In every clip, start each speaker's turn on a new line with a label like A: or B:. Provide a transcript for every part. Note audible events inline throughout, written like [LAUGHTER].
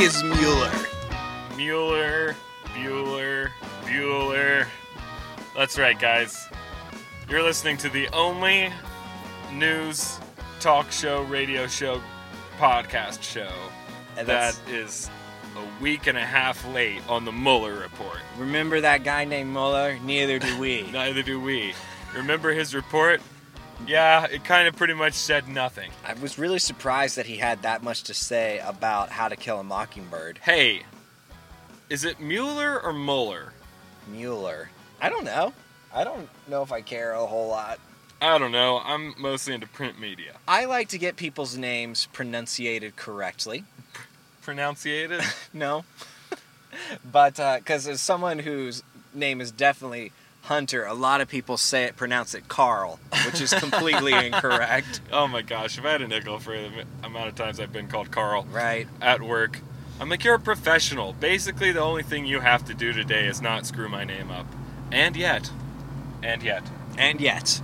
A: is Mueller?
B: Mueller, Bueller, Bueller. That's right, guys. You're listening to the only news talk show, radio show, podcast show
A: And
B: that
A: that's-
B: is a week and a half late on the Mueller report.
A: Remember that guy named Mueller? Neither do
B: [LAUGHS]
A: we.
B: Neither do we. Remember his report? Yeah, it kind of pretty much said nothing.
A: I was really surprised that he had that much to say about how to kill a mockingbird.
B: Hey, is it Mueller or Mueller?
A: Mueller. I don't know. I don't know if I care a whole lot.
B: I don't know. I'm mostly into print media.
A: I like to get people's names pronunciated correctly. [LAUGHS]
B: Pronunciated?
A: No. [LAUGHS] but because as someone whose name is definitely Hunter, a lot of people say it, pronounce it Carl, which is completely incorrect.
B: Oh my gosh, if I had a nickel for the am- amount of times I've been called Carl
A: Right.
B: at work, I'm like, you're a professional. Basically, the only thing you have to do today is not screw my name up. And yet. And yet.
A: And yet.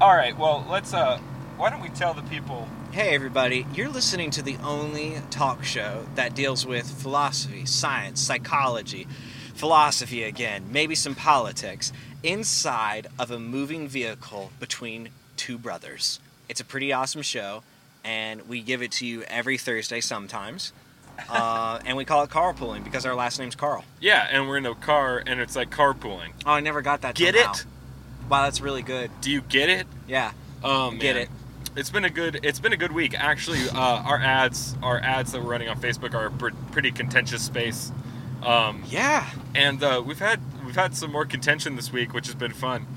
B: All right, well, let's, uh, why don't we tell the people?
A: Hey, everybody, you're listening to the only talk show that deals with philosophy, science, psychology, philosophy again, maybe some politics, inside of a moving vehicle between two brothers. It's a pretty awesome show, and we give it to you every Thursday sometimes.
B: [LAUGHS]
A: Uh, and we call it carpooling because our last name's Carl.
B: Yeah, and we're in a car, and it's like carpooling.
A: Oh, I never got that. till
B: Get it?
A: now. Wow, that's really good.
B: Do you get it?
A: Yeah,
B: Oh man.
A: Get it.
B: It's been a good. It's been a good week. Actually, uh, our ads, our ads that we're running on Facebook are a pr- pretty contentious space, um,
A: yeah.
B: and uh, we've had we've had some more contention this week, which has been fun.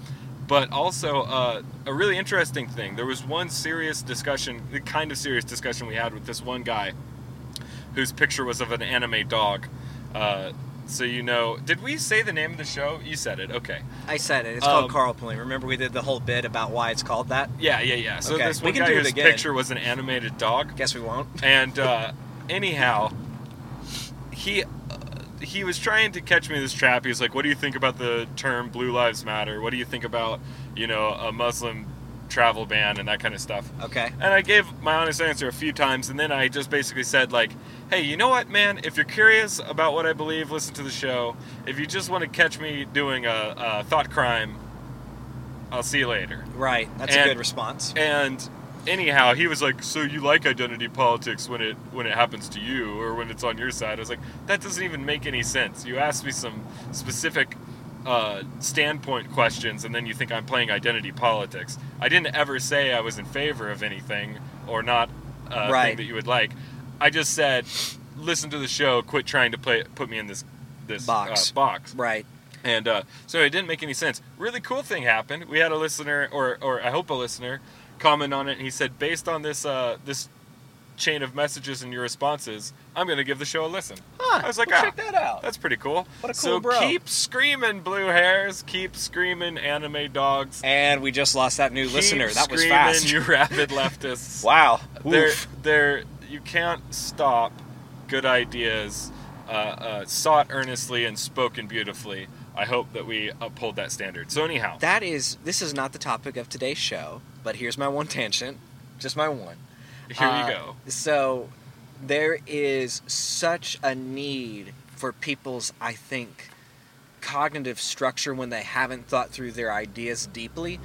B: But also uh, a really interesting thing. There was one serious discussion, the kind of serious discussion we had with this one guy, whose picture was of an anime dog. Uh, so you know, did we say the name of the show? You said it. Okay.
A: I said it. It's
B: Um,
A: called carpooling. Remember, we did the whole bit about why it's called that.
B: Yeah, yeah, yeah. So
A: Okay,
B: this
A: we
B: one
A: can
B: guy
A: do it
B: whose
A: again.
B: picture was an animated dog.
A: Guess we won't.
B: And uh, anyhow, he uh, he was trying to catch me in this trap. He was like, "What do you think about the term Blue Lives Matter? What do you think about you know a Muslim travel ban and that kind of stuff?"
A: Okay.
B: And I gave my honest answer a few times, and then I just basically said like, "Hey, you know what, man? If you're curious about what I believe, listen to the show. If you just want to catch me doing a, a thought crime, I'll see you later."
A: Right. That's
B: And-
A: a good response.
B: And anyhow, he was like, "So you like identity politics when it when it happens to you or when it's on your side?" I was like, "That doesn't even make any sense. You asked me some specific uh, standpoint questions, and then you think I'm playing identity politics. I didn't ever say I was in favor of anything or not uh, thing
A: Right.
B: that you would like. I just said, listen to the show. Quit trying to play put me in this." This
A: Box.
B: Uh, box.
A: Right.
B: And uh, so it didn't make any sense. Really cool thing happened. We had a listener, or or I hope a listener, comment on it, and he said, based on this uh, this chain of messages and your responses, I'm going to give the show a listen.
A: Huh,
B: I was like,
A: well,
B: ah,
A: check that out."
B: That's pretty cool.
A: What a
B: so
A: cool bro.
B: keep screaming, blue hairs. Keep screaming, anime dogs.
A: And we just lost that new
B: Keep
A: listener. That was
B: screaming,
A: fast.
B: you rabid leftists.
A: [LAUGHS] Wow.
B: There,
A: Oof.
B: there, you can't stop good ideas uh, uh, sought earnestly and spoken beautifully. I hope that we uphold that standard. So anyhow,
A: That is. This is not the topic of today's show, but here's my one tangent. Just my one.
B: [LAUGHS] here
A: Uh,
B: you go.
A: So, there is such a need for people's, I think, cognitive structure when they haven't thought through their ideas deeply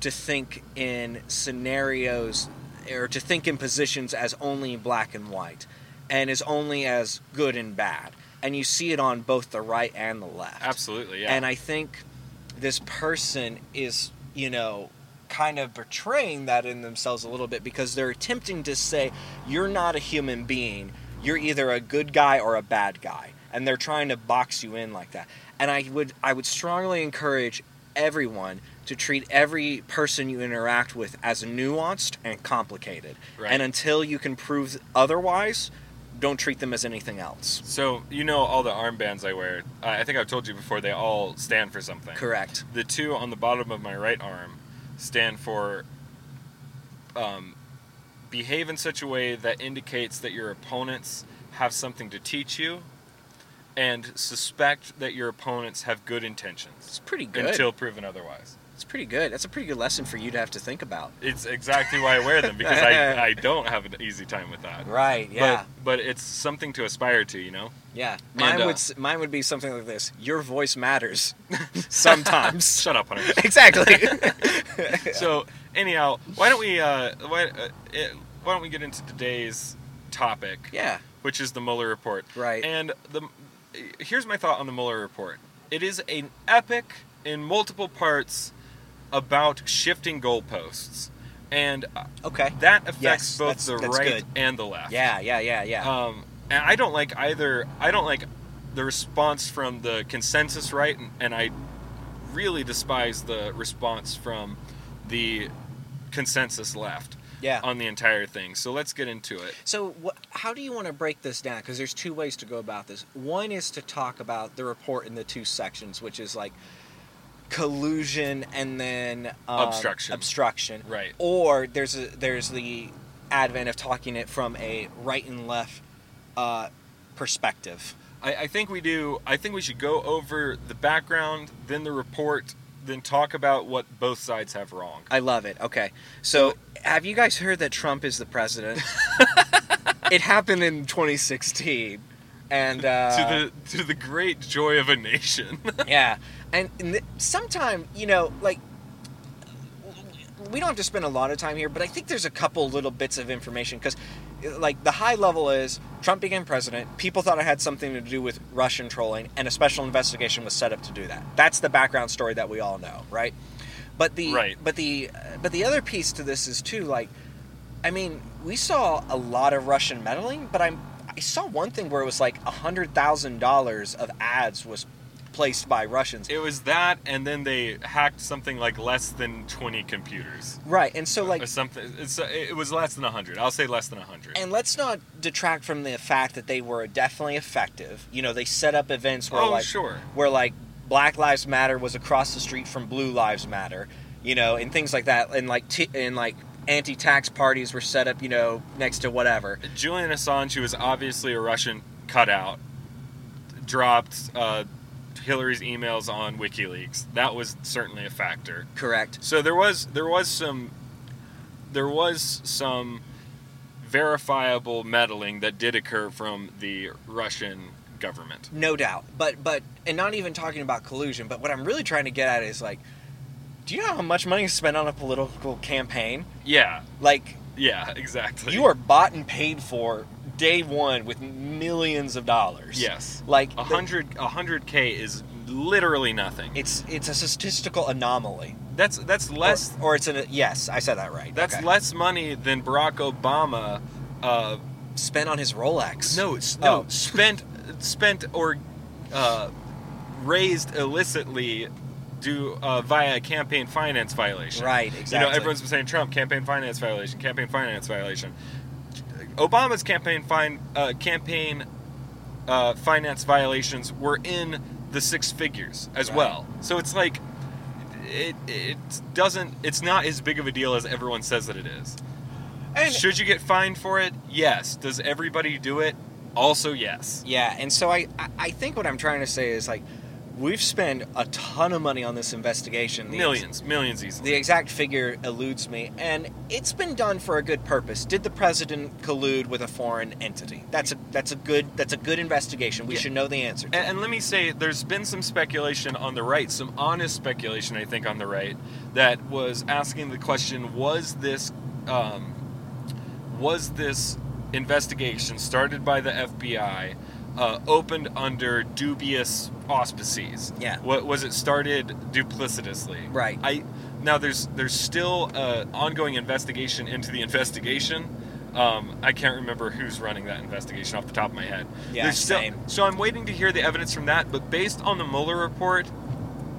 A: to think in scenarios or to think in positions as only black and white and as only as good and bad. And you see it on both the right and the left.
B: Absolutely, yeah.
A: And I think this person is, you know, kind of betraying that in themselves a little bit because they're attempting to say, you're not a human being. You're either a good guy or a bad guy. And they're trying to box you in like that. And I would I would strongly encourage everyone to treat every person you interact with as nuanced and complicated.
B: Right.
A: And until you can prove otherwise, don't treat them as anything else.
B: so you know all the armbands I wear. I I think I've told you before. They all stand for something.
A: Correct.
B: The two on the bottom of my right arm stand for um, behave in such a way that indicates that your opponents have something to teach you, and suspect that your opponents have good intentions.
A: It's pretty good.
B: until proven otherwise.
A: It's pretty good. That's a pretty good lesson for you to have to think about.
B: It's exactly why I wear them because I,
A: [LAUGHS]
B: I don't have an easy time with that.
A: Right. Yeah.
B: But, but it's something to aspire to, you know?
A: yeah. Mine
B: and, uh,
A: would s- mine would be something like this. Your voice matters [LAUGHS] sometimes.
B: [LAUGHS] Shut
A: [LAUGHS]
B: up, Hunter.
A: exactly.
B: So, anyhow, why don't we uh, why, uh, eh, why don't we get into today's topic,
A: yeah.
B: which is the Mueller report.
A: Right.
B: And the eh, here's my thought on the Mueller report. It is an epic in multiple parts about shifting goalposts. And uh,
A: Okay.
B: that affects
A: Yes,
B: both
A: that's-
B: the
A: that's
B: right
A: good.
B: and the left.
A: Yeah. Yeah. Yeah. Yeah.
B: Um, and I don't like either. I don't like the response from the consensus right, and, and I really despise the response from the consensus left
A: yeah.
B: on the entire thing. So let's get into it.
A: So, wh- how do you want to break this down? Because there's two ways to go about this. One is to talk about the report in the two sections, which is like collusion and then um,
B: Obstruction.
A: Obstruction.
B: Right.
A: Or there's a, there's the advent of talking it from a right and left uh, perspective.
B: I, I think we do. I think we should go over the background, then the report, then talk about what both sides have wrong.
A: I love it. Okay. So, have you guys heard that Trump is the
B: [LAUGHS]
A: president? it happened in 2016, and uh,
B: to the to the great joy of a nation. [LAUGHS]
A: yeah [LAUGHS] and, and th- sometime you know like we don't have to spend a lot of time here but i think there's a couple little bits of information because like the high level is trump became president people thought it had something to do with russian trolling and a special investigation was set up to do that that's the background story that we all know right but the
B: Right.
A: but the but the other piece to this is too like I mean, we saw a lot of Russian meddling, but I'm I saw one thing where it was like hundred thousand dollars of ads was placed by Russians.
B: it was that, and then they hacked something like less than twenty computers.
A: right, and so like
B: or something. It's, uh, it was less than 100. I'll say less than 100.
A: and let's not detract from the fact that they were definitely effective. You know, they set up events where
B: oh,
A: like
B: sure.
A: where like Black Lives Matter was across the street from Blue Lives Matter, you know, and things like that, and like t- and like anti-tax parties were set up, you know, next to whatever.
B: Julian Assange, who was obviously a Russian cutout, dropped uh, Hillary's emails on WikiLeaks. That was certainly a factor.
A: Correct.
B: So there was there was some there was some verifiable meddling that did occur from the Russian government.
A: No doubt. But but and not even talking about collusion, but what I'm really trying to get at is like do you know how much money is spent on a political campaign?
B: Yeah,
A: Like
B: yeah, [LAUGHS] exactly.
A: you are bought and paid for day one with millions of dollars.
B: yes.
A: Like
B: A
A: the-
B: hundred a hundred k is literally nothing.
A: it's it's a statistical anomaly.
B: That's that's less
A: or, or it's an yes, I said that right.
B: that's
A: okay.
B: less money than Barack Obama. Uh,
A: spent on his Rolex.
B: no, s- no,
A: Oh.
B: spent spent or uh, raised illicitly due uh, via campaign finance violation.
A: Right,
B: You
A: exactly.
B: know, everyone's been saying Trump campaign finance violation, campaign finance violation. Obama's campaign fine uh, campaign uh, finance violations were in the six figures as
A: Right.
B: well. So it's like it it doesn't it's not as big of a deal as everyone says that it is.
A: And-
B: Should you get fined for it? Yes. Does everybody do it? Also, yes.
A: Yeah, and so I, I- I think what I'm trying to say is like we've spent a ton of money on this investigation. The-
B: Millions, millions easily.
A: The exact figure eludes me, and it's been done for a good purpose. Did the president collude with a foreign entity? That's a that's a good that's a good investigation. We
B: Yeah.
A: should know the answer. To
B: And, and let me say, there's been some speculation on the right, some honest speculation, I think, on the right, that was asking the question: Was this, um, was this investigation started by the FBI, uh, opened under dubious auspices?
A: Yeah.
B: What was it started duplicitously?
A: Right.
B: I now there's there's still uh, ongoing investigation into the investigation. Um, I can't remember who's running that investigation off the top of my head.
A: Yeah,
B: There's still-
A: same.
B: so I'm waiting to hear the evidence from that, but based on the Mueller report,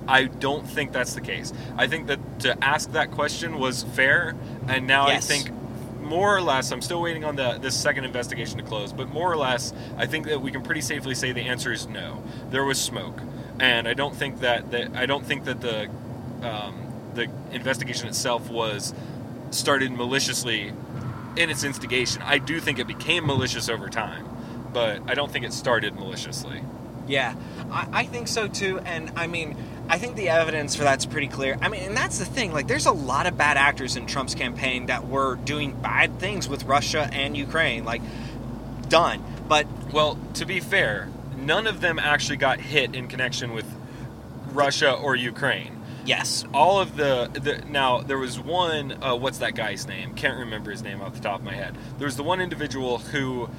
B: I don't think that's the case. I think that to ask that question was fair, and now
A: Yes.
B: I think more or less, I'm still waiting on the this second investigation to close, but more or less, I think that we can pretty safely say the answer is no. There was smoke, and I don't think that, that I don't think that the um, the investigation itself was started maliciously in its instigation. I do think it became malicious over time, but I don't think it started maliciously.
A: Yeah, I, I think so too. And I mean, I think the evidence for that's pretty clear. I mean, and that's the thing. Like, there's a lot of bad actors in Trump's campaign that were doing bad things with Russia and Ukraine. Like, done. But
B: Well, to be fair, none of them actually got hit in connection with Russia or Ukraine.
A: yes,
B: All of the, the now there was one. Uh, what's that guy's name? Can't remember his name off the top of my head. There was the one individual who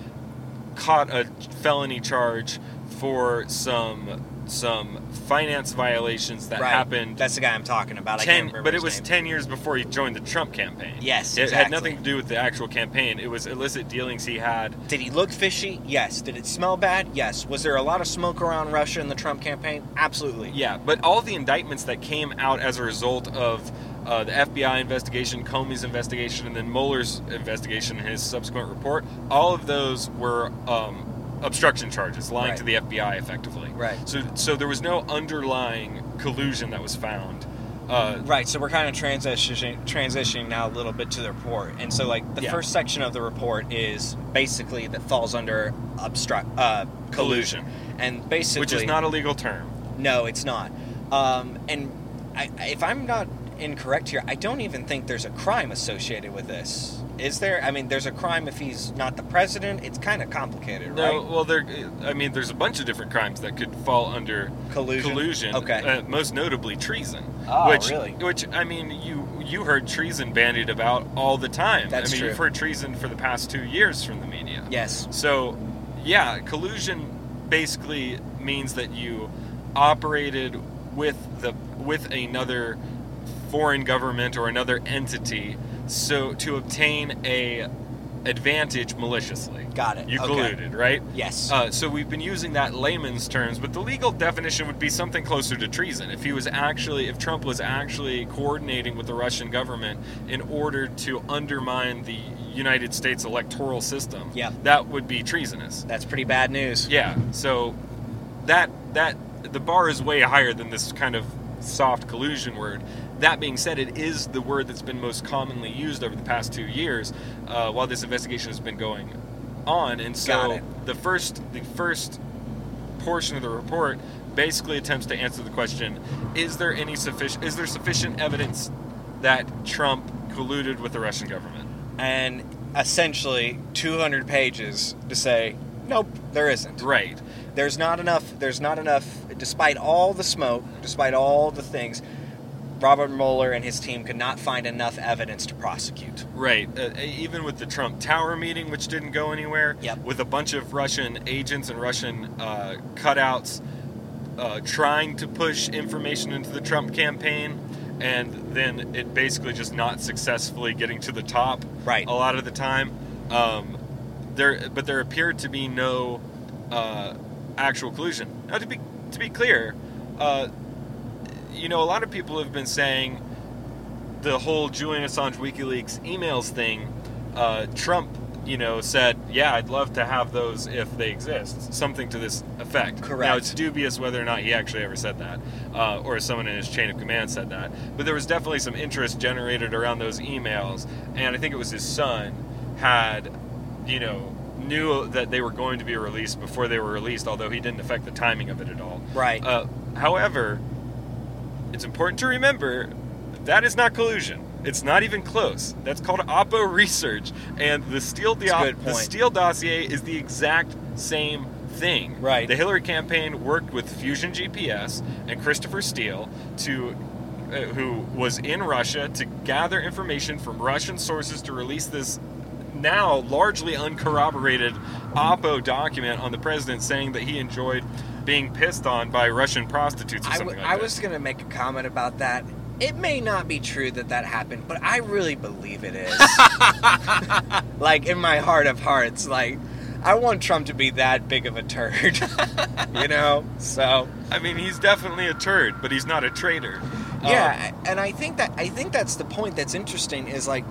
B: caught a felony charge for some some finance violations that
A: right.
B: happened
A: That's the guy I'm talking about. I can't
B: ten,
A: remember
B: but it
A: his
B: was
A: name.
B: ten years before he joined the Trump campaign.
A: Yes,
B: it had
A: exactly.
B: nothing to do with the actual campaign. It was illicit dealings he had.
A: Did he look fishy? Yes. Did it smell bad? Yes. Was there a lot of smoke around Russia in the Trump campaign? Absolutely.
B: Yeah, but all the indictments that came out as a result of uh, the FBI investigation, Comey's investigation, and then Mueller's investigation and his subsequent report, all of those were um, obstruction charges, lying
A: Right.
B: to the FBI effectively.
A: Right.
B: So, so there was no underlying collusion that was found. Uh,
A: Right, so we're kind of transitioning transitioning now a little bit to the report, and so like the
B: Yeah.
A: first section of the report is basically that falls under obstruct uh, collusion,
B: Collusion.
A: and basically
B: which is not a legal term.
A: no, it's not. Um, and I, I- if I'm not incorrect here, I don't even think there's a crime associated with this. Is there? I mean, there's a crime if he's not the president. It's kind of complicated,
B: No,
A: right?
B: well, there. I mean, there's a bunch of different crimes that could fall under
A: Collusion? Okay.
B: uh, most notably treason.
A: Oh,
B: which,
A: really?
B: Which I mean, you you heard treason bandied about all the time.
A: That's
B: I mean,
A: true.
B: you've heard treason for the past two years from the media.
A: Yes.
B: So, yeah, collusion basically means that you operated with the with another foreign government or another entity so to obtain a advantage maliciously.
A: Got it.
B: You
A: Okay.
B: colluded, right?
A: Yes.
B: Uh, so we've been using that layman's terms, but the legal definition would be something closer to treason. If he was actually, if Trump was actually coordinating with the Russian government in order to undermine the United States electoral system,
A: Yeah.
B: that would be treasonous.
A: That's pretty bad news.
B: Yeah. So that that the bar is way higher than this kind of soft collusion word. That being said, it is the word that's been most commonly used over the past two years uh, while this investigation has been going on. And
A: Got
B: so
A: it.
B: the first the first portion of the report basically attempts to answer the question: Is there any sufficient is there sufficient evidence that Trump colluded with the Russian government?
A: and essentially 200 pages to say nope there isn't
B: Right.
A: there's not enough there's not enough despite all the smoke despite all the things robert mueller and his team could not find enough evidence to prosecute
B: Right. Uh, even with the Trump Tower meeting, which didn't go anywhere,
A: Yep.
B: with a bunch of Russian agents and Russian uh, cutouts uh, trying to push information into the Trump campaign, and then it basically just not successfully getting to the top
A: Right.
B: a lot of the time. Um, there, but there appeared to be no uh, actual collusion. Now, to be to be clear, uh, you know, a lot of people have been saying the whole Julian Assange WikiLeaks emails thing, uh, Trump, you know, said, yeah, I'd love to have those if they exist. Something to this effect. Now,
A: Correct.
B: it's dubious whether or not he actually ever said that, uh, or someone in his chain of command said that. But there was definitely some interest generated around those emails, and I think it was his son had, you know, knew that they were going to be released before they were released, although he didn't affect the timing of it at all.
A: right
B: Uh, however, it's important to remember that is not collusion. It's not even close. That's called Oppo research, and the Steele
A: That's a
B: dia-
A: good
B: the
A: point.
B: Steele dossier is the exact same thing.
A: Right.
B: The Hillary campaign worked with Fusion GPS and Christopher Steele to. Uh, who was in Russia to gather information from Russian sources to release this now largely uncorroborated Oppo document on the president saying that he enjoyed being pissed on by Russian prostitutes or
A: I,
B: something
A: w-
B: like
A: I
B: that.
A: was going to make a comment about that it may not be true that that happened but i really believe it
B: [LAUGHS]
A: is like in my heart of hearts like i want trump to be that big of a turd [LAUGHS] you know so
B: I mean, he's definitely a turd, but he's not a traitor. Um,
A: Yeah, and I think that I think that's the point that's interesting is like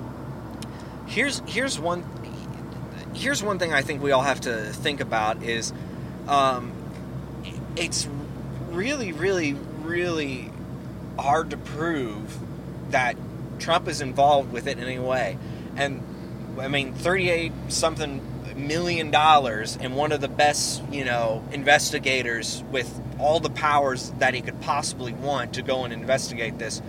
A: here's here's one here's one thing I think we all have to think about is um, it's really really really hard to prove that Trump is involved with it in any way and I mean 38 something million dollars and one of the best, you know, investigators with all the powers that he could possibly want to go and investigate this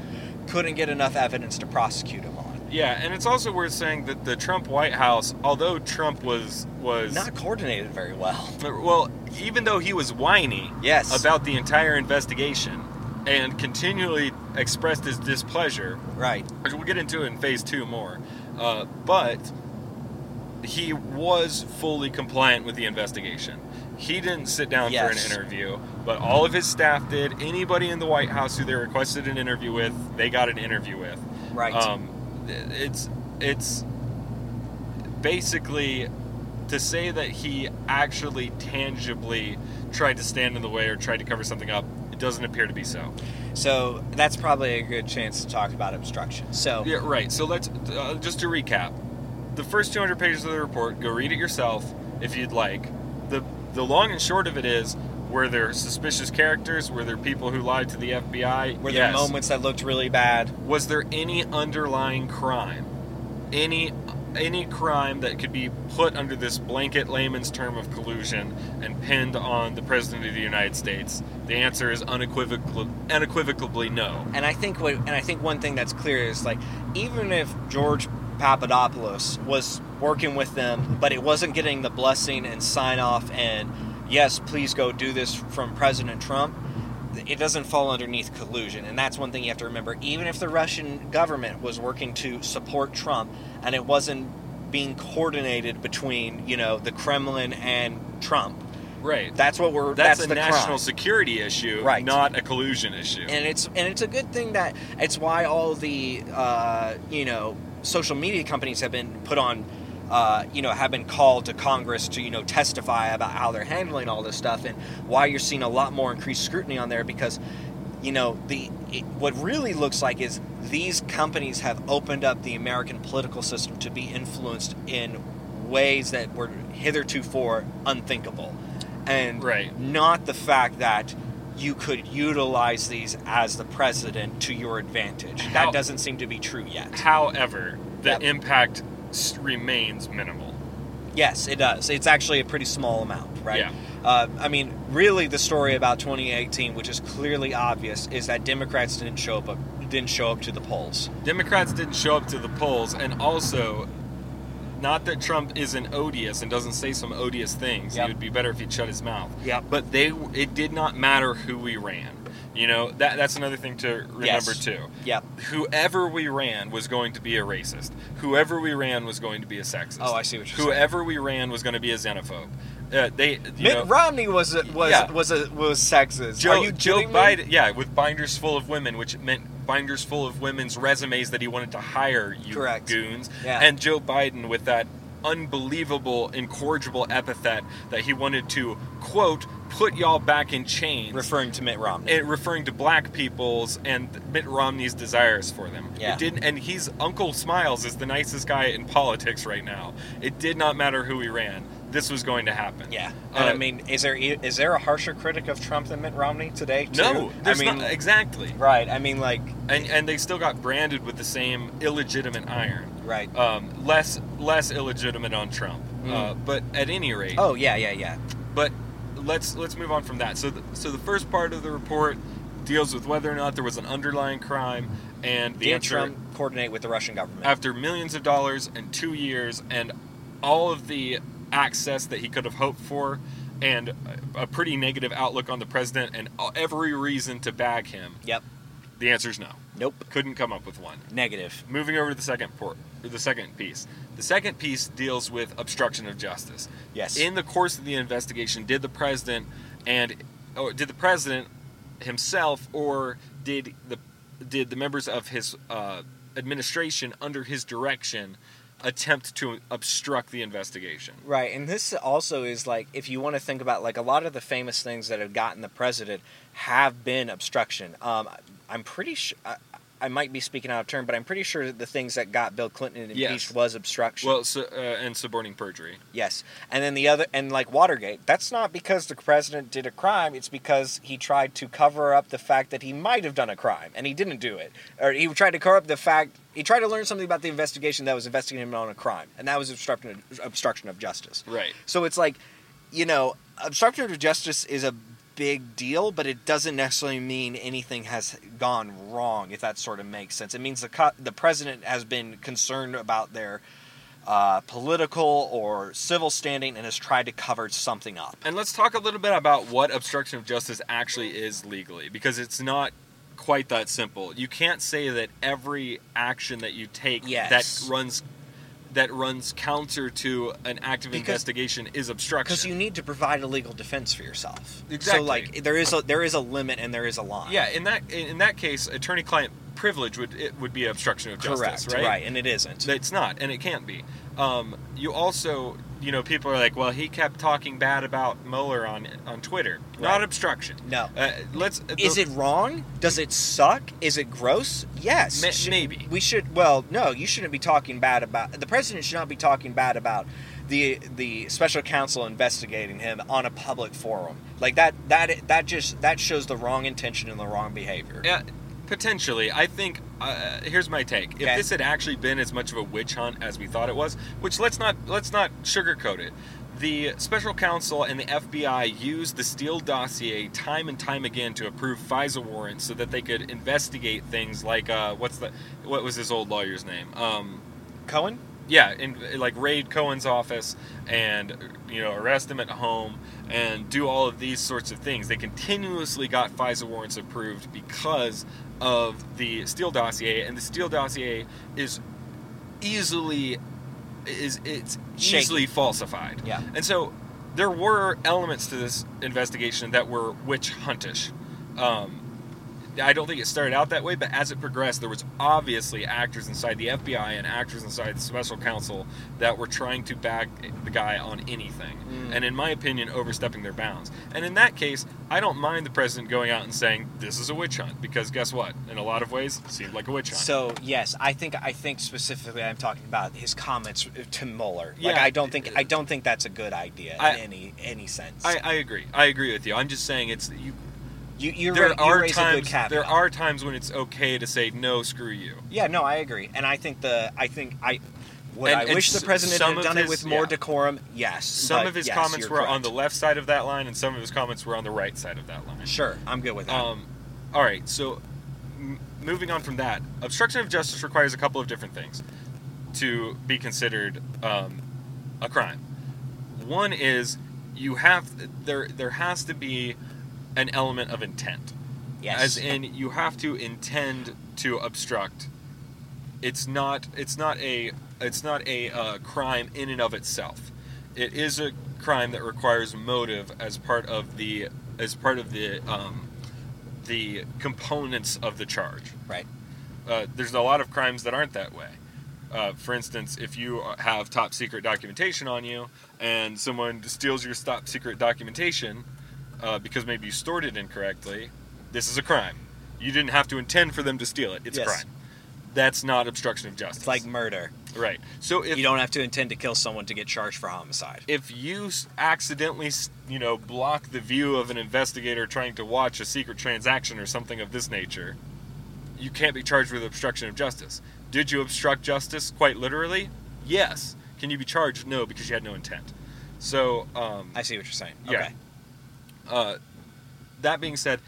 A: couldn't get enough evidence to prosecute him on.
B: Yeah, and it's also worth saying that the Trump White House, although Trump was was
A: Not coordinated very well.
B: well, even though he was whiny
A: Yes.
B: about the entire investigation and continually expressed his displeasure,
A: right.
B: which we'll get into in phase two more, uh, but he was fully compliant with the investigation. He didn't sit down
A: Yes.
B: for an interview, but all of his staff did. Anybody in the White House who they requested an interview with, they got an interview with.
A: Right.
B: Um, it's it's basically to say that he actually tangibly tried to stand in the way or tried to cover something up. It doesn't appear to be so.
A: so that's probably a good chance to talk about obstruction. So
B: Yeah, right. So let's uh, just to recap. The first 200 pages of the report, go read it yourself if you'd like. The the long and short of it is were there suspicious characters? Were there people who lied to the FBI?
A: were there
B: Yes.
A: moments that looked really bad?
B: Was there any underlying crime? Any any crime that could be put under this blanket layman's term of collusion and pinned on the president of the United States? The answer is unequivocally unequivocally no.
A: And I think what, and I think one thing that's clear is like, even if George Papadopoulos was working with them, but it wasn't getting the blessing and sign off and yes, please go do this from President Trump, it doesn't fall underneath collusion. And that's one thing you have to remember. Even if the Russian government was working to support Trump and it wasn't being coordinated between you know the Kremlin and Trump,
B: Right.
A: that's what we're
B: That's,
A: that's,
B: a
A: the
B: national
A: crime.
B: security issue,
A: Right.
B: not a collusion issue.
A: and it's and it's a good thing that it's why all the uh, you know social media companies have been put on uh, you know have been called to Congress to you know testify about how they're handling all this stuff and why you're seeing a lot more increased scrutiny on there because you know the it, what really looks like is these companies have opened up the American political system to be influenced in ways that were hitherto for unthinkable and
B: Right.
A: not the fact that you could utilize these as the president to your advantage.
B: How-
A: That doesn't seem to be true yet.
B: However, the
A: Yep.
B: impact s- remains minimal.
A: Yes, it does. It's actually a pretty small amount, right?
B: Yeah.
A: Uh, I mean, really, the story about 2018, which is clearly obvious, is that Democrats didn't show up didn't show up to the polls.
B: Democrats didn't show up to the polls, and also, not that Trump isn't odious and doesn't say some odious things.
A: Yep.
B: It would be better if he'd shut his mouth.
A: Yep.
B: But they, it did not matter who we ran. You know that that's another thing to remember
A: Yes.
B: too.
A: Yep.
B: Whoever we ran was going to be a racist. Whoever we ran was going to be a sexist.
A: Oh, I see what you're saying.
B: Whoever we ran was going to be a xenophobe. Uh, they, you
A: Mitt
B: know,
A: Romney was a, was
B: Yeah.
A: was a, was sexist.
B: Joe,
A: Are you
B: Joe
A: kidding me?
B: Biden, yeah, with binders full of women, which meant binders full of women's resumes that he wanted to hire you
A: Correct.
B: goons,
A: Yeah.
B: and Joe Biden with that unbelievable, incorrigible epithet that he wanted to quote put y'all back in chains,
A: referring to Mitt Romney?
B: and referring to black people's and Mitt Romney's desires for them.
A: Yeah.
B: It didn't, and he's Uncle Smiles is the nicest guy in politics right now. It did not matter who he ran; this was going to happen.
A: yeah. And
B: Uh,
A: I mean, is there e, is there a harsher critic of Trump than Mitt Romney today? Too?
B: no,
A: I
B: there's
A: mean,
B: not exactly.
A: right. I mean, like,
B: and and they still got branded with the same illegitimate iron.
A: right.
B: Um, less less illegitimate on Trump,
A: Mm.
B: uh, but at any rate,
A: Oh yeah, yeah, yeah.
B: but let's let's move on from that. So the, so the first part of the report deals with whether or not there was an underlying crime, and the
A: Did
B: answer
A: Trump coordinate with the Russian government?
B: after millions of dollars and two years and all of the access that he could have hoped for and a- a pretty negative outlook on the president and every reason to bag him,
A: yep.
B: the answer is no.
A: Nope.
B: Couldn't come up with one.
A: Negative.
B: Moving over to the second port, or the second piece. The second piece deals with obstruction of justice.
A: Yes.
B: In the course of the investigation, did the president and or did the president himself or did the did the members of his uh, administration under his direction attempt to obstruct the investigation?
A: Right, and this also is like if you want to think about like a lot of the famous things that have gotten the president have been obstruction. Um, I'm pretty sure. I, I might be speaking out of turn, but I'm pretty sure that the things that got Bill Clinton impeached
B: Yes.
A: was obstruction.
B: Well, so, uh, and suborning perjury.
A: yes, and then the other, and like Watergate, that's not because the president did a crime. It's because he tried to cover up the fact that he might have done a crime and he didn't do it, or he tried to cover up the fact he tried to learn something about the investigation that was investigating him on a crime, and that was obstruction obstruction of justice.
B: Right.
A: So it's like, you know, obstruction of justice is a big deal, but it doesn't necessarily mean anything has gone wrong. If that sort of makes sense, it means the co- the president has been concerned about their uh, political or civil standing and has tried to cover something up.
B: And let's talk a little bit about what obstruction of justice actually is legally, because it's not quite that simple. You can't say that every action that you take
A: Yes.
B: that runs that runs counter to an active
A: Because-
B: investigation is obstruction.
A: Because you need to provide a legal defense for yourself.
B: Exactly.
A: So like there is a there is a limit and there is a line.
B: yeah, in that in in that case, attorney-client privilege would it would be obstruction of
A: Correct.
B: justice,
A: right?
B: right?
A: and it isn't.
B: It's not, and it can't be. Um, you also, you know, people are like, well, he kept talking bad about Mueller on on Twitter. Not
A: Right.
B: obstruction.
A: No.
B: Uh, let's.
A: Is it wrong? Does it suck? Is it gross? Yes.
B: Ma-
A: Should-
B: maybe.
A: We should. Well, no. You shouldn't be talking bad about the president. Should not be talking bad about the the special counsel investigating him on a public forum like that. That that just that shows the wrong intention and the wrong behavior.
B: Yeah, potentially. I think. Uh, here's my take. If
A: Okay.
B: this had actually been as much of a witch hunt as we thought it was, which let's not let's not sugarcoat it. The special counsel and the FBI used the Steele dossier time and time again to approve FISA warrants so that they could investigate things like uh, what's the what was his old lawyer's name? Um,
A: Cohen.
B: yeah, and like raid Cohen's office and you know arrest him at home and do all of these sorts of things. They continuously got FISA warrants approved because of the Steele dossier, and the Steele dossier is easily is it's
A: Shaky.
B: easily falsified.
A: Yeah.
B: and so there were elements to this investigation that were witch huntish. Um, I don't think it started out that way, but as it progressed, there was obviously actors inside the FBI and actors inside the special counsel that were trying to back the guy on anything,
A: Mm.
B: and in my opinion, overstepping their bounds. And in that case, I don't mind the president going out and saying this is a witch hunt because guess what? In a lot of ways, it seemed like a witch hunt.
A: So yes, I think I think specifically I'm talking about his comments to Mueller. Like
B: Yeah.
A: I don't think I don't think that's a good idea in
B: I-
A: any any sense.
B: I, I agree. I agree with you. I'm just saying it's you.
A: you you're,
B: there
A: you
B: are
A: raise a good
B: times.
A: caveat.
B: There are times when it's okay to say no. Screw you.
A: Yeah, no, I agree, and I think the I think I would
B: And-
A: I
B: and
A: wish the
B: s-
A: president
B: some
A: had
B: of
A: done
B: his-
A: it with more
B: yeah.
A: decorum. Yes,
B: Some
A: but
B: of his
A: yes,
B: comments were
A: you're
B: on the
A: correct.
B: left side of that line, and some of his comments were on the right side of that line.
A: Sure, I'm good with that.
B: Um, all right, so m- moving on from that, obstruction of justice requires a couple of different things to be considered um, a crime. One is you have there there has to be an element of intent,
A: yes,
B: as in you have to intend to obstruct. It's not it's not a it's not a uh, crime in and of itself. It is a crime that requires motive as part of the as part of the um, the components of the charge.
A: right.
B: Uh, there's a lot of crimes that aren't that way. Uh, for instance, if you have top secret documentation on you and someone steals your top secret documentation uh, because maybe you stored it incorrectly, this is a crime. You didn't have to intend for them to steal it. It's
A: Yes.
B: a crime. That's not obstruction of justice.
A: It's like murder.
B: right. So if
A: you don't have to intend to kill someone to get charged for homicide.
B: if you s- accidentally s- you know block the view of an investigator trying to watch a secret transaction or something of this nature you can't be charged with obstruction of justice did you obstruct justice quite literally yes can you be charged no because you had no intent so um,
A: I see what you're saying.
B: Yeah.
A: Okay.
B: uh, that being said,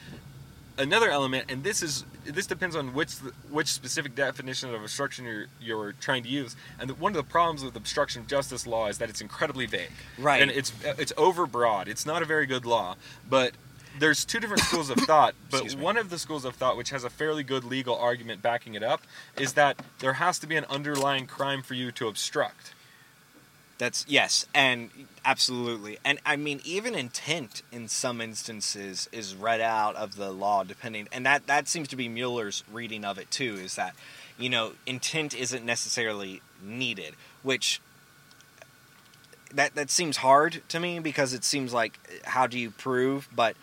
B: another element, and this is this depends on which which specific definition of obstruction you're you're trying to use. And the, one of the problems with obstruction of justice law is that it's incredibly vague,
A: Right.
B: And it's uh, it's overbroad. It's not a very good law, but. There's two different schools of
A: [COUGHS]
B: thought, but
A: Excuse me.
B: one of the schools of thought, which has a fairly good legal argument backing it up, is that there has to be an underlying crime for you to obstruct.
A: That's yes, and absolutely, and I mean even intent in some instances is read out of the law, depending, and that that seems to be Mueller's reading of it too. Is that you know intent isn't necessarily needed, which that that seems hard to me because it seems like how do you prove, but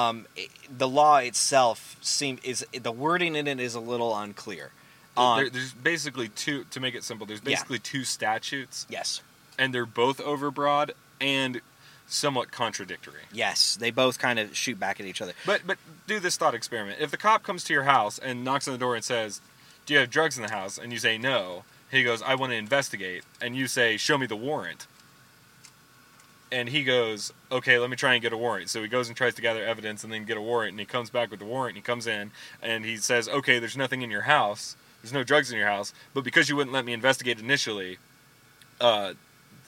A: Um, i the law itself seem is the wording in it is a little unclear. On
B: There, there's basically two. To make it simple, there's
A: Yeah.
B: basically two statutes,
A: yes,
B: and they're both overbroad and somewhat contradictory.
A: yes, they both kind of shoot back at each other.
B: But but do this thought experiment. If the cop comes to your house and knocks on the door and says, "Do you have drugs in the house?" and you say no, he goes, "I want to investigate," and you say, "Show me the warrant." And he goes, "Okay, let me try and get a warrant." So he goes and tries to gather evidence and then get a warrant, and he comes back with the warrant. And he comes in and he says, "Okay, there's nothing in your house. There's no drugs in your house, but because you wouldn't let me investigate initially, uh,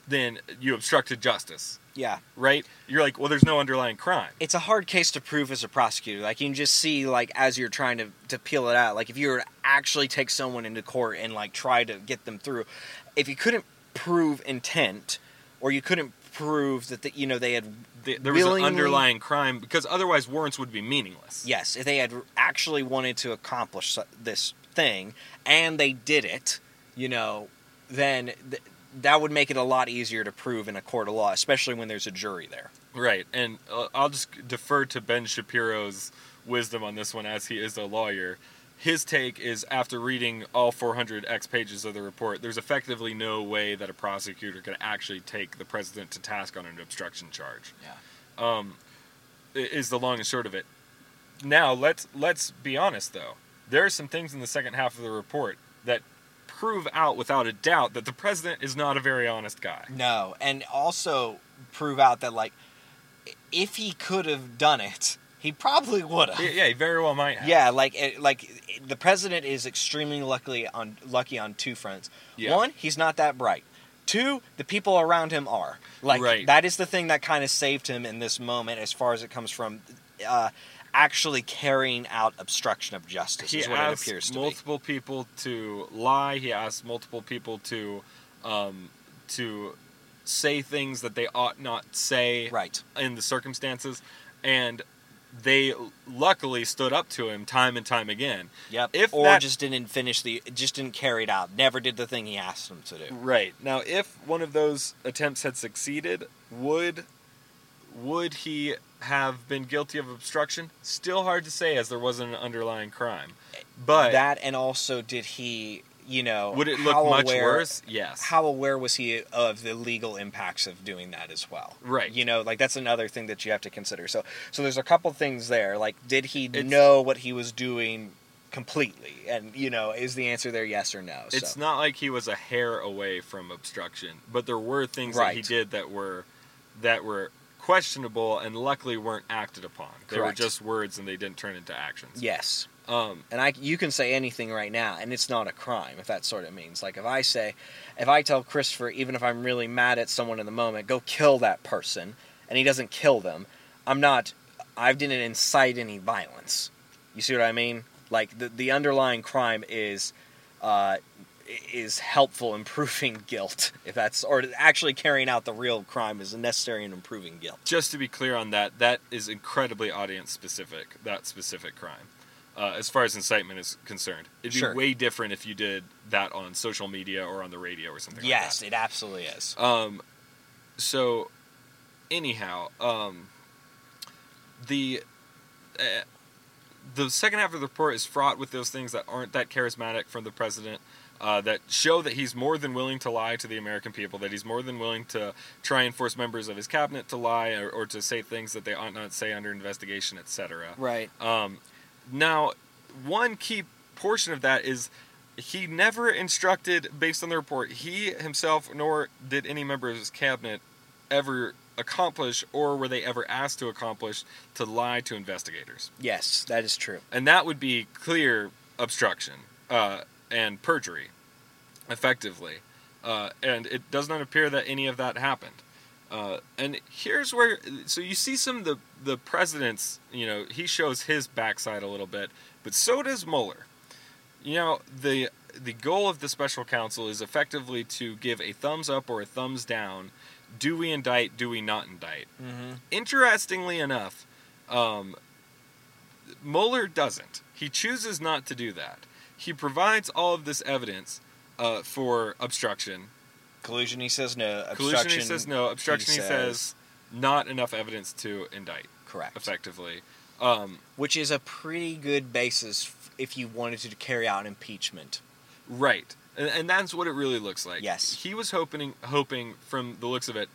B: then you obstructed justice."
A: Yeah,
B: Right? You're like, well, there's no underlying crime.
A: it's a hard case to prove as a prosecutor. Like you can just see, like as you're trying to to peel it out. Like if you were to actually take someone into court and like try to get them through, if you couldn't prove intent, or you couldn't prove that the, you know they had
B: th- there was
A: willingly-
B: an underlying crime because otherwise warrants would be meaningless.
A: yes, if they had actually wanted to accomplish so- this thing and they did it, you know, then th- that would make it a lot easier to prove in a court of law, especially when there's a jury there.
B: Right. And uh, I'll just defer to Ben Shapiro's wisdom on this one as he is a lawyer. His take is after reading all 400 X pages of the report, there's effectively no way that a prosecutor could actually take the president to task on an obstruction charge.
A: Yeah.
B: Um, i- is the long and short of it. Now, let's let's be honest though. There are some things in the second half of the report that prove out without a doubt that the president is not a very honest guy.
A: No, and also prove out that like if he could have done it, he probably would
B: Yeah,
A: have.
B: yeah, he very well might have.
A: Yeah, like it, like it- the president is extremely luckily on lucky on two fronts.
B: Yeah.
A: One, he's not that bright. Two, the people around him are. Like
B: Right.
A: that is the thing that kind of saved him in this moment as far as it comes from uh, actually carrying out obstruction of justice
B: He
A: is what it
B: asked
A: appears to
B: multiple people to lie. He asked multiple people to, um, to say things that they ought not say
A: be. Right.
B: in the circumstances, and they luckily stood up to him time and time again.
A: Yep.
B: If
A: or
B: that-
A: just didn't finish the just didn't carry it out. Never did the thing he asked him to do.
B: Right. Now, if one of those attempts had succeeded, would would he have been guilty of obstruction? Still hard to say as there wasn't an underlying crime. But
A: that and also did he you know
B: would it look
A: how
B: much
A: aware-
B: worse? Yes.
A: how aware was he of the legal impacts of doing that as well
B: Right.
A: you know like that's another thing that you have to consider so so there's a couple things there like did he
B: It's-
A: know what he was doing completely and you know is the answer there yes or no
B: it's
A: so
B: not like he was a hair away from obstruction, but there were things that he
A: Right.
B: did that were that were questionable and luckily weren't acted upon. They
A: Correct.
B: were just words and they didn't turn into actions.
A: yes
B: Um
A: and I you can say anything right now and it's not a crime if that sort of means like if I say if I tell Christopher even if I'm really mad at someone in the moment go kill that person and he doesn't kill them I'm not I didn't incite any violence you see what I mean like the the underlying crime is uh is helpful in [LAUGHS] proving guilt if that's or actually carrying out the real crime is necessary in improving guilt
B: just to be clear on that, that is incredibly audience specific. That specific crime, uh, as far as incitement is concerned, it'd be
A: Sure.
B: way different if you did that on social media or on the radio or something.
A: yes
B: like
A: it absolutely is
B: that. Um, so, anyhow, um, the uh, the second half of the report is fraught with those things that aren't that charismatic from the president. Uh, that show that he's more than willing to lie to the American people, that he's more than willing to try and force members of his cabinet to lie or, or to say things that they ought not say under investigation, etc.
A: right
B: Um, now, one key portion of that is he never instructed, based on the report, he himself nor did any member of his cabinet ever accomplish or were they ever asked to accomplish to lie to investigators.
A: yes that is true
B: And that would be clear obstruction uh, and perjury, effectively. Uh, and it does not appear that any of that happened. Uh, and here's where, so you see some of the, the president's, you know, he shows his backside a little bit, but so does Mueller. You know, the the goal of the special counsel is effectively to give a thumbs up or a thumbs down. Do we indict? Do we not indict?
A: mm-hmm.
B: interestingly enough, um, Mueller doesn't. He chooses not to do that. He provides all of this evidence uh, for obstruction.
A: collusion he says no
B: Collusion,
A: obstruction
B: he says no. Obstruction, he,
A: he
B: says,
A: says-
B: not enough evidence to indict.
A: Correct.
B: effectively. Um,
A: Which is a pretty good basis f- if you wanted to carry out impeachment.
B: Right, and, and that's what it really looks like.
A: Yes.
B: he was hoping, hoping from the looks of it.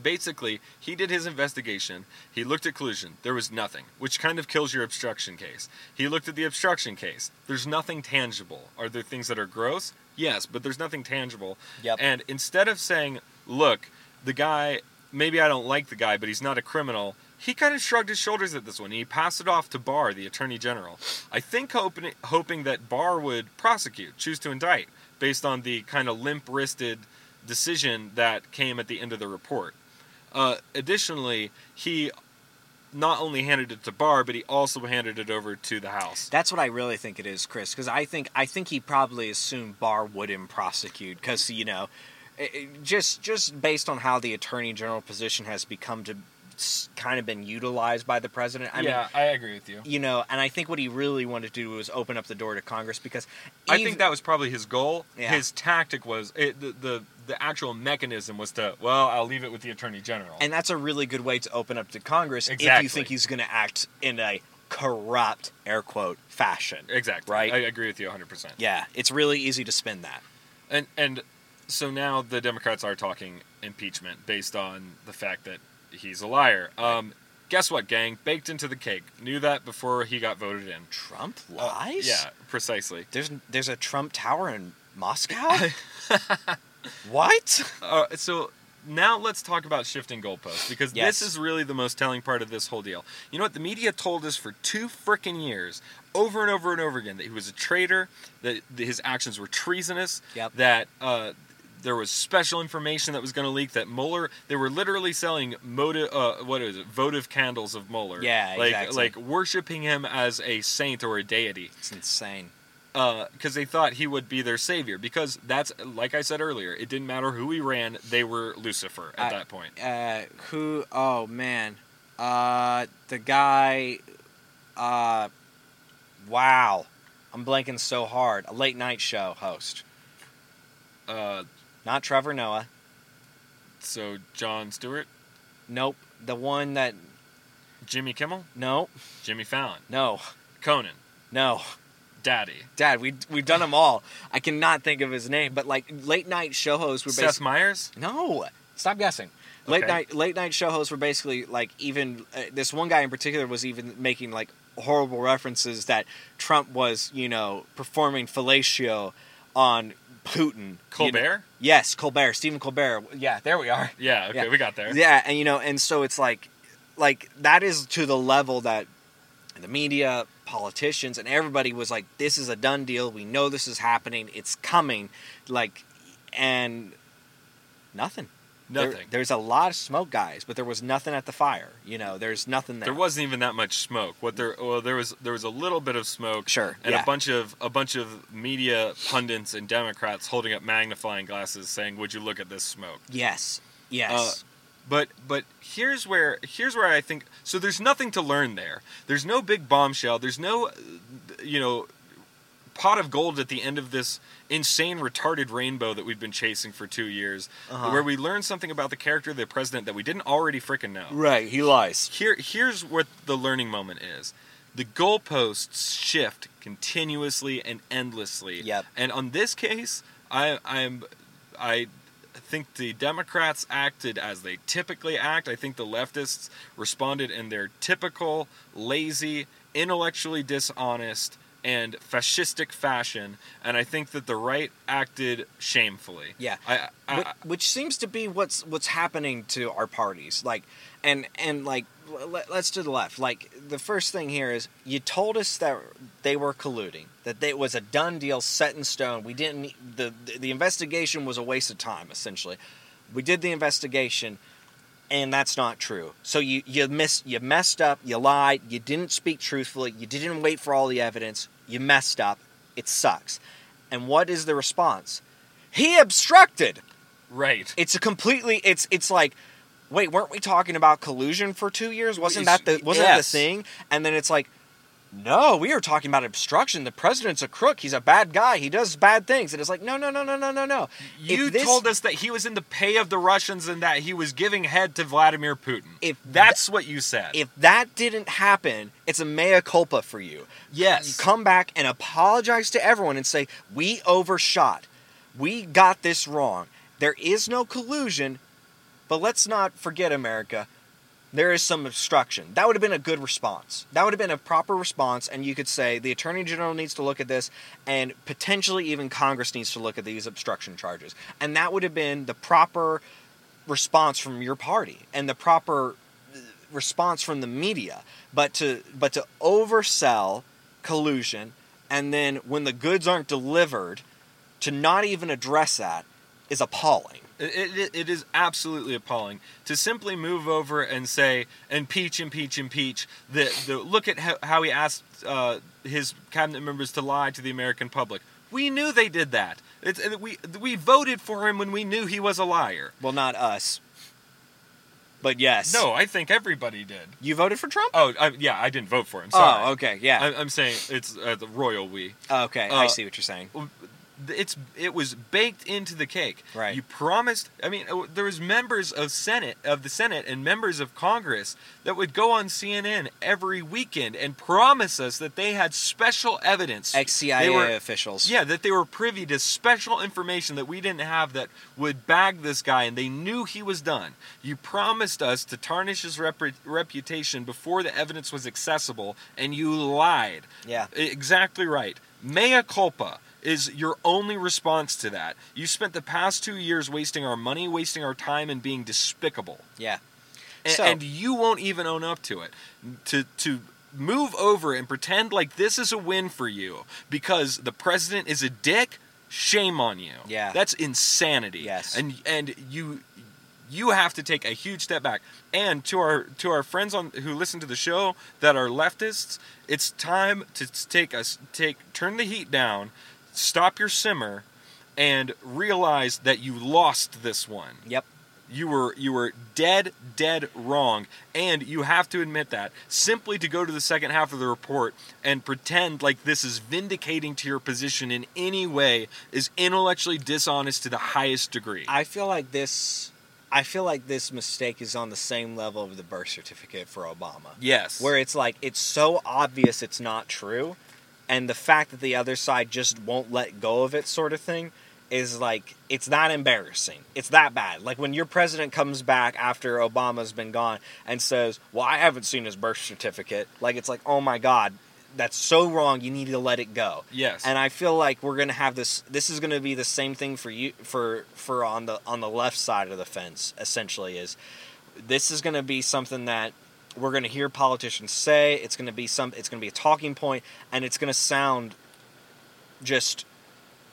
B: Basically, he did his investigation. He looked at collusion. There was nothing, which kind of kills your obstruction case. He looked at the obstruction case. There's nothing tangible. Are there things that are gross? Yes, but there's nothing tangible.
A: Yep.
B: And instead of saying, "Look, the guy, maybe I don't like the guy, but he's not a criminal," he kind of shrugged his shoulders at this one. He passed it off to Barr, the attorney general. I think hoping, hoping that Barr would prosecute, choose to indict, based on the kind of limp-wristed decision that came at the end of the report. Uh, additionally, he not only handed it to Barr, but he also handed it over to the House.
A: That's what I really think it is, Chris, because I think I think he probably assumed Barr wouldn't prosecute because you know, i i- just just based on how the attorney general position has become to s- kind of been utilized by the president. I mean,
B: I agree with
A: you know, and I think what he really wanted to do was open up the door to Congress because
B: I
A: even-
B: think that was probably his goal.
A: Yeah.
B: His tactic was it, the, the the actual mechanism was to well, I'll leave it with the attorney general.
A: and that's a really good way to open up to Congress if
B: Exactly.
A: you think he's going to act in a corrupt air quote fashion.
B: exactly.
A: Right.
B: I agree with you 100%.
A: Yeah, it's really easy to spin that.
B: And and so now the Democrats are talking impeachment based on the fact that he's a liar. Um guess what, gang? Baked into the cake. Knew that before he got voted in.
A: Trump
B: Uh,
A: lies.
B: yeah, precisely.
A: There's there's a Trump Tower in Moscow. what?
B: Uh, so now let's talk about shifting goalposts because
A: Yes.
B: this is really the most telling part of this whole deal. You know what? The media told us for two freaking years, over and over and over again, that he was a traitor, that that his actions were treasonous,
A: Yep.
B: that uh, there was special information that was going to leak, that Mueller, they were literally selling motive, uh, what is it, votive candles of Mueller.
A: Yeah,
B: like,
A: exactly.
B: Like worshiping him as a saint or a deity
A: It's insane.
B: because uh, they thought he would be their savior. Because that's like I said earlier, it didn't matter who he ran; they were Lucifer at
A: I-
B: that point.
A: Uh, who? Oh man. Uh, the guy. Uh, wow. I'm blanking so hard. A late night show host,
B: Uh,
A: not Trevor Noah.
B: so John Stewart,
A: Nope. The one that.
B: Jimmy Kimmel,
A: No.
B: Jimmy Fallon,
A: No.
B: Conan,
A: No.
B: Daddy,
A: Dad, we we've done them all. I cannot think of his name, but like late night show hosts were
B: Seth
A: basically.
B: Meyers.
A: No, stop guessing. Late
B: Okay.
A: night late night show hosts were basically like even uh, this one guy in particular was even making like horrible references that Trump was you know performing fellatio on Putin. you know-
B: Colbert.
A: yes, Colbert, Stephen Colbert. Yeah, there we are.
B: Yeah. Okay,
A: Yeah.
B: we got there.
A: Yeah, and you know, and so it's like, like that is to the level that the media, politicians, and everybody was like, "This is a done deal. We know this is happening. It's coming." Like, and nothing. There-
B: Nothing. There,
A: there's a lot of smoke, guys, but there was nothing at the fire. You know, there's nothing there.
B: wasn't even that much smoke. What there? Well, there was there was a little bit of smoke.
A: Sure,
B: And
A: yeah.
B: a bunch of a bunch of media pundits and Democrats holding up magnifying glasses, saying, "Would you look at this smoke?"
A: Yes. Yes.
B: But but here's where here's where I think so. There's nothing to learn there. There's no big bombshell. There's no uh, you know pot of gold at the end of this insane retarded rainbow that we've been chasing for two years,
A: Uh-huh.
B: where we learn something about the character of the president that we didn't already frickin' know.
A: Uh, right. He lies.
B: Here here's what the learning moment is. The goalposts shift continuously and endlessly.
A: Yep.
B: And on this case, I I'm I think the Democrats acted as they typically act. I think the leftists responded in their typical lazy, intellectually dishonest, and fascistic fashion, and I think that the right acted shamefully.
A: Yeah.
B: I, I,
A: Wh- which seems to be what's what's happening to our parties like and and like l- let- let's to the left like the first thing here is you told us that they were colluding that they- it was a done deal set in stone we didn't the the- the investigation was a waste of time essentially we did the investigation and that's not true. So you you missed you messed up, you lied, you didn't speak truthfully, you didn't wait for all the evidence, you messed up. It sucks. And what is the response? He obstructed.
B: right.
A: It's a completely it's it's like wait, weren't we talking about collusion for 2 years? Wasn't
B: It's-
A: that the wasn't that
B: yes.
A: the thing? And then it's like no, we are talking about obstruction. The president's a crook. He's a bad guy. He does bad things. And it's like, no, no, no, no, no, no, no.
B: You
A: If this-
B: told us that he was in the pay of the Russians and that he was giving head to Vladimir Putin.
A: If
B: that's what you said,
A: If that didn't happen, it's a mea culpa for you.
B: yes,
A: Come back and apologize to everyone and say, we overshot. We got this wrong. There is no collusion, but let's not forget, America, there is some obstruction. That would have been a good response. That would have been a proper response, and you could say the Attorney General needs to look at this, and potentially even Congress needs to look at these obstruction charges. And that would have been the proper response from your party and the proper uh, response from the media. But to but to oversell collusion, and then when the goods aren't delivered, to not even address that is appalling.
B: It, it, it is absolutely appalling to simply move over and say impeach, impeach, impeach. The, the look at how, how he asked uh, his cabinet members to lie to the American public. We knew they did that. It's, and we we voted for him when we knew he was a liar.
A: Well, not us. But yes.
B: No, I think everybody did.
A: You voted for Trump?
B: Oh, I, yeah, I didn't vote for him. Sorry.
A: Oh, okay. Yeah. Oh,
B: I, I'm saying it's uh, the royal we.
A: okay. I
B: uh,
A: see what you're saying.
B: it's it was baked into the cake.
A: Right.
B: You promised. I mean, uh, there was members of Senate of the Senate and members of Congress that would go on CNN every weekend and promise us that they had special evidence.
A: Ex
B: They
A: CIA
B: were-
A: officials.
B: yeah, that they were privy to special information that we didn't have that would bag this guy, and they knew he was done. You promised us to tarnish his rep- reputation before the evidence was accessible, and you lied.
A: Yeah.
B: E, Exactly right. Mea culpa is your only response to that. You spent the past two years wasting our money, wasting our time, and being despicable.
A: Yeah.
B: A- And,
A: So-
B: you won't even own up to it. To to move over and pretend like this is a win for you because the president is a dick, shame on you.
A: Yeah.
B: That's insanity.
A: Yes.
B: And and you you have to take a huge step back. And to our to our friends on who listen to the show that are leftists, it's time to s- take us take turn the heat down, stop your simmer, and realize that you lost this one.
A: Yep.
B: You were you were dead dead wrong, and you have to admit that. Simply to go to the second half of the report and pretend like this is vindicating to your position in any way is intellectually dishonest to the highest degree.
A: I feel like this. I feel like this mistake is on the same level of the birth certificate for Obama.
B: yes.
A: where it's like it's so obvious it's not true and the fact that the other side just won't let go of it sort of thing is like it's not embarrassing it's that bad like when your president comes back after obama's been gone and says well i haven't seen his birth certificate like it's like oh my god that's so wrong you need to let it go
B: Yes.
A: and i feel like we're gonna have this this is gonna be the same thing for you for for on the on the left side of the fence essentially is this is going to be something that we're going to hear politicians say. It's going to be some. It's going to be a talking point, and it's going to sound just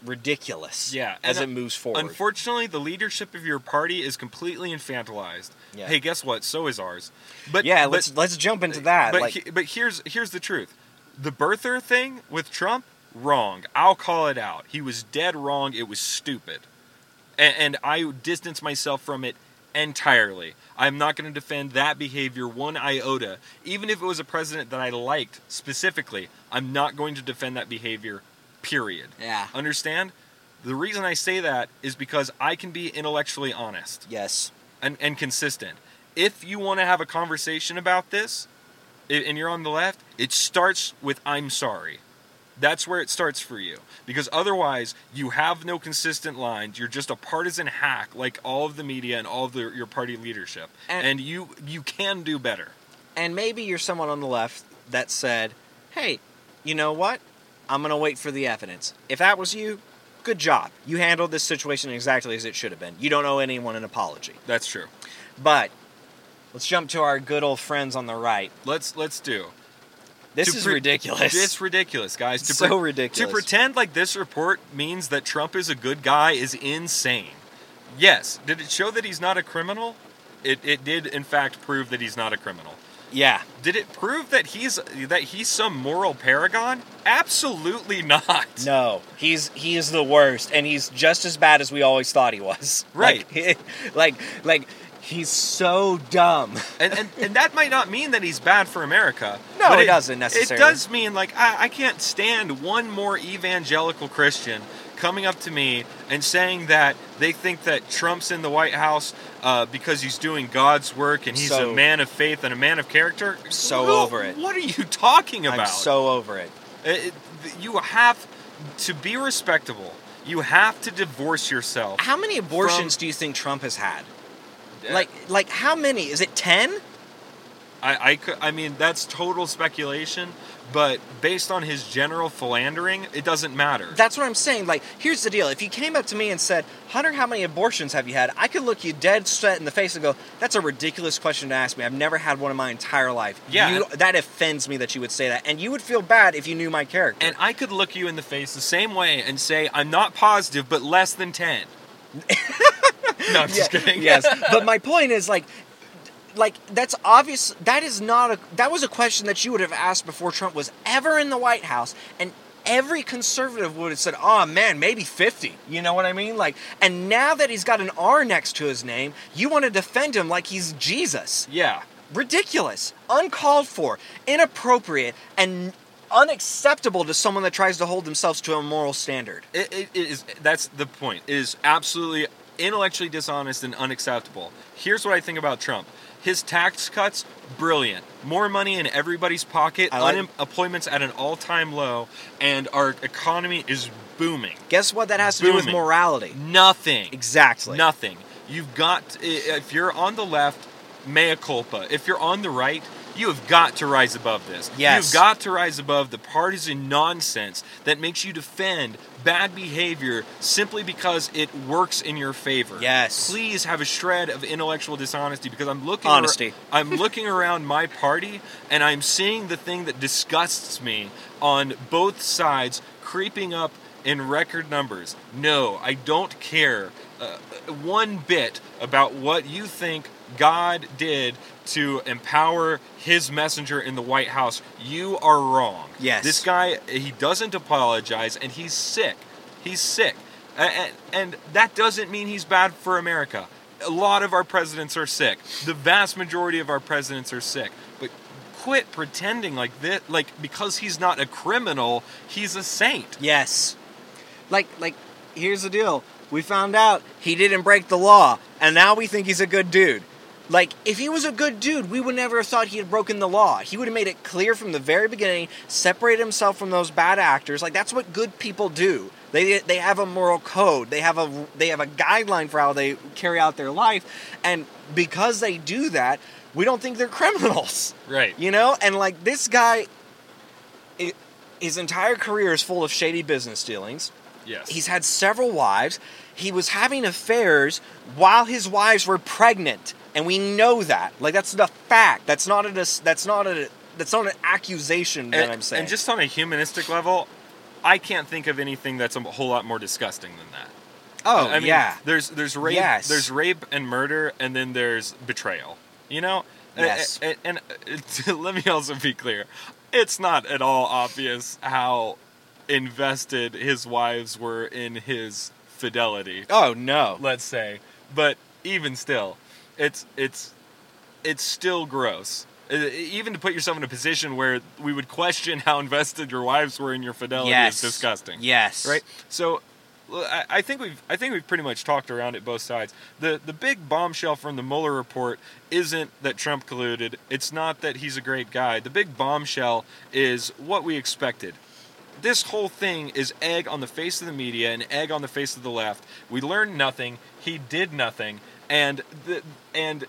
A: ridiculous.
B: Yeah,
A: as it
B: and
A: moves forward.
B: Unfortunately, the leadership of your party is completely infantilized.
A: Yeah.
B: Hey, guess what? So is ours. But
A: yeah,
B: but-
A: let's let's jump into that.
B: But
A: like,
B: he- but here's here's the truth. The birther thing with Trump, wrong. I'll call it out. He was dead wrong. It was stupid, and, and I distance myself from it entirely. I'm not going to defend that behavior one iota, even if it was a president that I liked specifically. I'm not going to defend that behavior. Period.
A: yeah.
B: Understand? The reason I say that is because I can be intellectually honest
A: Yes.
B: and, and consistent. If you want to have a conversation about this, i- and you're on the left, it starts with "I'm sorry." That's where it starts for you, because otherwise you have no consistent lines. You're just a partisan hack, like all of the media and all of the, your party leadership.
A: And-
B: And, you you can do better.
A: And maybe you're someone on the left that said, "Hey, you know what? I'm going to wait for the evidence." If that was you, good job. You handled this situation exactly as it should have been. You don't owe anyone an apology.
B: That's true.
A: But let's jump to our good old friends on the right.
B: Let's let's do.
A: This
B: To
A: is
B: pre-
A: ridiculous.
B: It's ridiculous, guys. To
A: So
B: pre-
A: ridiculous.
B: To pretend like this report means that Trump is a good guy is insane. Yes. Did it show that he's not a criminal? It, it did, in fact, prove that he's not a criminal.
A: yeah.
B: Did it prove that he's that he's some moral paragon? Absolutely [LAUGHS] not.
A: No, he's he is the worst, and he's just as bad as we always thought he was. [LAUGHS]
B: Right.
A: Like, like, like He's so dumb.
B: and, and and that might not mean that he's bad for America.
A: No,
B: but
A: it doesn't necessarily.
B: It does mean like I, I can't stand one more evangelical Christian coming up to me and saying that they think that Trump's in the White House uh, because he's doing God's work and he's
A: So-
B: a man of faith and a man of character.
A: So
B: Well,
A: over it.
B: What are you talking about?
A: I'm so over it.
B: It- it- you have to be respectable. You have to divorce yourself.
A: How many abortions
B: From-
A: do you think Trump has had? Like, like how many? Is it ten?
B: I, I, cou- I mean, that's total speculation, but based on his general philandering, it doesn't matter.
A: That's what I'm saying. Like, here's the deal. If you came up to me and said, Hunter, how many abortions have you had? I could look you dead set in the face and go, that's a ridiculous question to ask me. I've never had one in my entire life.
B: Yeah.
A: You, that offends me that you would say that. And you would feel bad if you knew my character.
B: and I could look you in the face the same way and say, I'm not positive, but less
A: [LAUGHS]
B: than 10. no, I'm just [LAUGHS]
A: Yeah,
B: kidding.
A: yes. But my point is, like, like that's obvious. That is not a. That was a question that you would have asked before Trump was ever in the White House, and every conservative would have said, "Oh man, maybe 50." You know what I mean? Like, and now that he's got an R next to his name, you want to defend him like he's Jesus.
B: Yeah.
A: Ridiculous, uncalled for, inappropriate, and unacceptable to someone that tries to hold themselves to a moral standard.
B: It, it, it is, that's the point. It is absolutely intellectually dishonest and unacceptable. Here's what I think about Trump his tax cuts, brilliant. More money in everybody's pocket,
A: I like-
B: unemployment's at an all time low, and our economy is booming.
A: Guess what that has to do with
B: Booming.
A: morality?
B: Nothing.
A: Exactly.
B: Nothing. You've got, i- if you're on the left, mea culpa. If you're on the right, you have got to rise above this.
A: Yes.
B: You've got to rise above the partisan nonsense that makes you defend bad behavior simply because it works in your favor.
A: Yes.
B: Please have a shred of intellectual dishonesty because I'm looking ar-
A: Honesty.
B: I'm looking around my party and I'm seeing the thing that disgusts me on both sides creeping up in record numbers. No, I don't care uh, one bit about what you think God did to empower his messenger in the White House. You are wrong.
A: Yes.
B: This guy, he doesn't apologize and he's sick. He's sick. A- And, and that doesn't mean he's bad for America. A lot of our presidents are sick. The vast majority of our presidents are sick. But quit pretending like this, like because he's not a criminal, he's a saint.
A: Yes. Like like here's the deal. We found out he didn't break the law and now we think he's a good dude. Like if he was a good dude, we would never have thought he had broken the law. He would have made it clear from the very beginning, separated himself from those bad actors. Like that's what good people do. They they have a moral code. They have a they have a guideline for how they carry out their life and because they do that, we don't think they're criminals.
B: Right.
A: You know, and like this guy, i his entire career is full of shady business dealings.
B: Yes.
A: He's had several wives. He was having affairs while his wives were pregnant, and we know that. Like that's the fact. That's not a. dis- That's not a. That's not an accusation that
B: and,
A: I'm saying.
B: and just on a humanistic level, I can't think of anything that's a whole lot more disgusting than that.
A: oh
B: I mean,
A: yeah,
B: There's there's rape.
A: Yes.
B: There's rape and murder, and then there's betrayal. You know. A- a-
A: Yes.
B: a- And, uh, [LAUGHS] let me also be clear, it's not at all obvious how invested his wives were in his fidelity.
A: oh no.
B: Let's say, but even still, it's it's it's still gross. Uh, Even to put yourself in a position where we would question how [LAUGHS] invested your wives were in your fidelity
A: yes,
B: is disgusting
A: Yes,
B: right? So l- I, I think we've I think we've pretty much talked around it both sides. The the big bombshell from the Mueller report isn't that Trump colluded. It's not that he's a great guy. The big bombshell is what we expected. This whole thing is egg on the face of the media and egg on the face of the left. We learned nothing. He did nothing, and the, and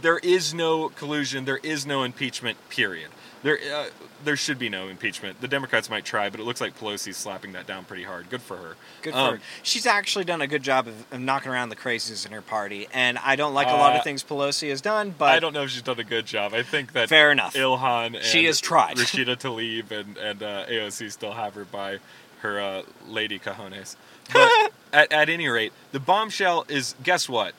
B: there is no collusion. There is no impeachment. Period. There, uh, there should be no impeachment. The Democrats might try, but it looks like Pelosi's slapping that down pretty hard. Good for her.
A: Good for
B: Um,
A: her. She's actually done a good job of, of knocking around the crazies in her party, and I don't like a lot
B: Uh,
A: of things Pelosi has done, but
B: I don't know if she's done a good job. I think that
A: Fair enough.
B: Ilhan and
A: She has tried. [LAUGHS]
B: Rashida Tlaib and and uh, AOC still have her by her uh, lady cajones.
A: [LAUGHS]
B: But at, at any rate, the bombshell is guess what?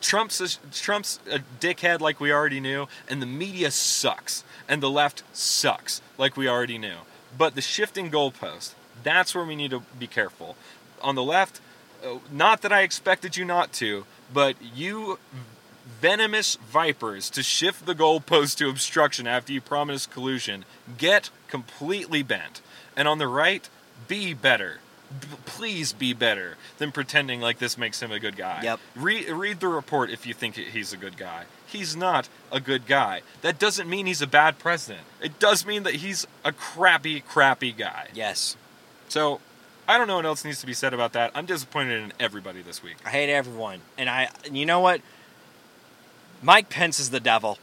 B: Trump's a, Trump's a dickhead like we already knew, and the media sucks, and the left sucks like we already knew. But the shifting goalpost, that's where we need to be careful. On the left, uh, not that I expected you not to, but you venomous vipers to shift the goalpost to obstruction after you promise collusion. Get completely bent. And on the right, be better. B- please be better than pretending like this makes him a good guy.
A: Yep.
B: Re- read the report if you think he's a good guy. He's not a good guy. That doesn't mean he's a bad president. It does mean that he's a crappy, crappy guy.
A: Yes.
B: So, I don't know what else needs to be said about that. I'm disappointed in everybody this week.
A: I hate everyone. And I you know what? Mike Pence is the devil.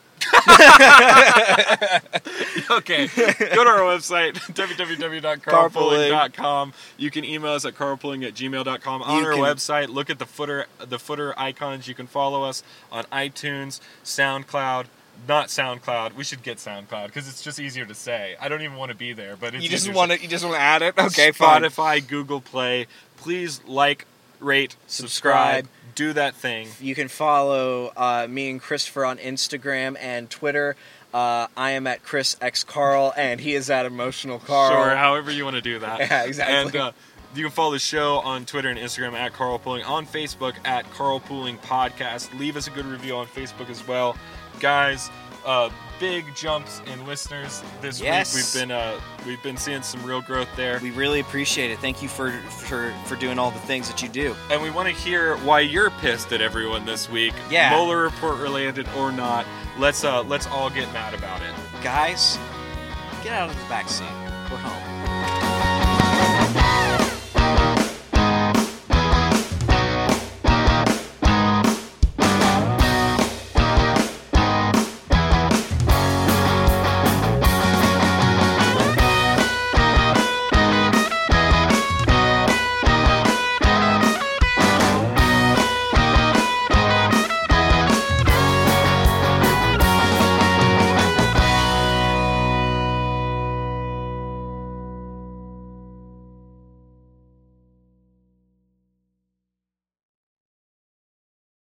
B: okay. Go to our website, [LAUGHS] www.carpooling.com. You can email us at carpooling at gmail.com. On
A: You
B: our
A: can-
B: website, look at the footer the footer icons. You can follow us on iTunes, SoundCloud, not SoundCloud. We should get SoundCloud because it's just easier to say. I don't even want to be there, but [LAUGHS] it's
A: You just
B: easier
A: want to you just want to add it. Okay, fine.
B: Spotify, Google Play. Please like, rate, subscribe,
A: Subscribe.
B: do that thing.
A: You can follow uh, me and Christopher on Instagram and Twitter. Uh, I am at Chris X Carl, and he is at Emotional Carl.
B: Sure, however you want to do
A: [LAUGHS]
B: that.
A: Yeah, exactly.
B: And uh, you can follow the show on Twitter and Instagram at Carl Pooling, on Facebook at Carl Pooling Podcast. Leave us a good review on Facebook as well. Guys, uh, big jumps in listeners this
A: Yes.
B: week. We've been uh, we've been seeing some real growth there.
A: We really appreciate it. Thank you for for for doing all the things that you do.
B: and we want to hear why you're pissed at everyone this week.
A: Yeah.
B: Mueller report related or not. Let's uh let's all get mad about it.
A: Guys, get out of the backseat. We're home.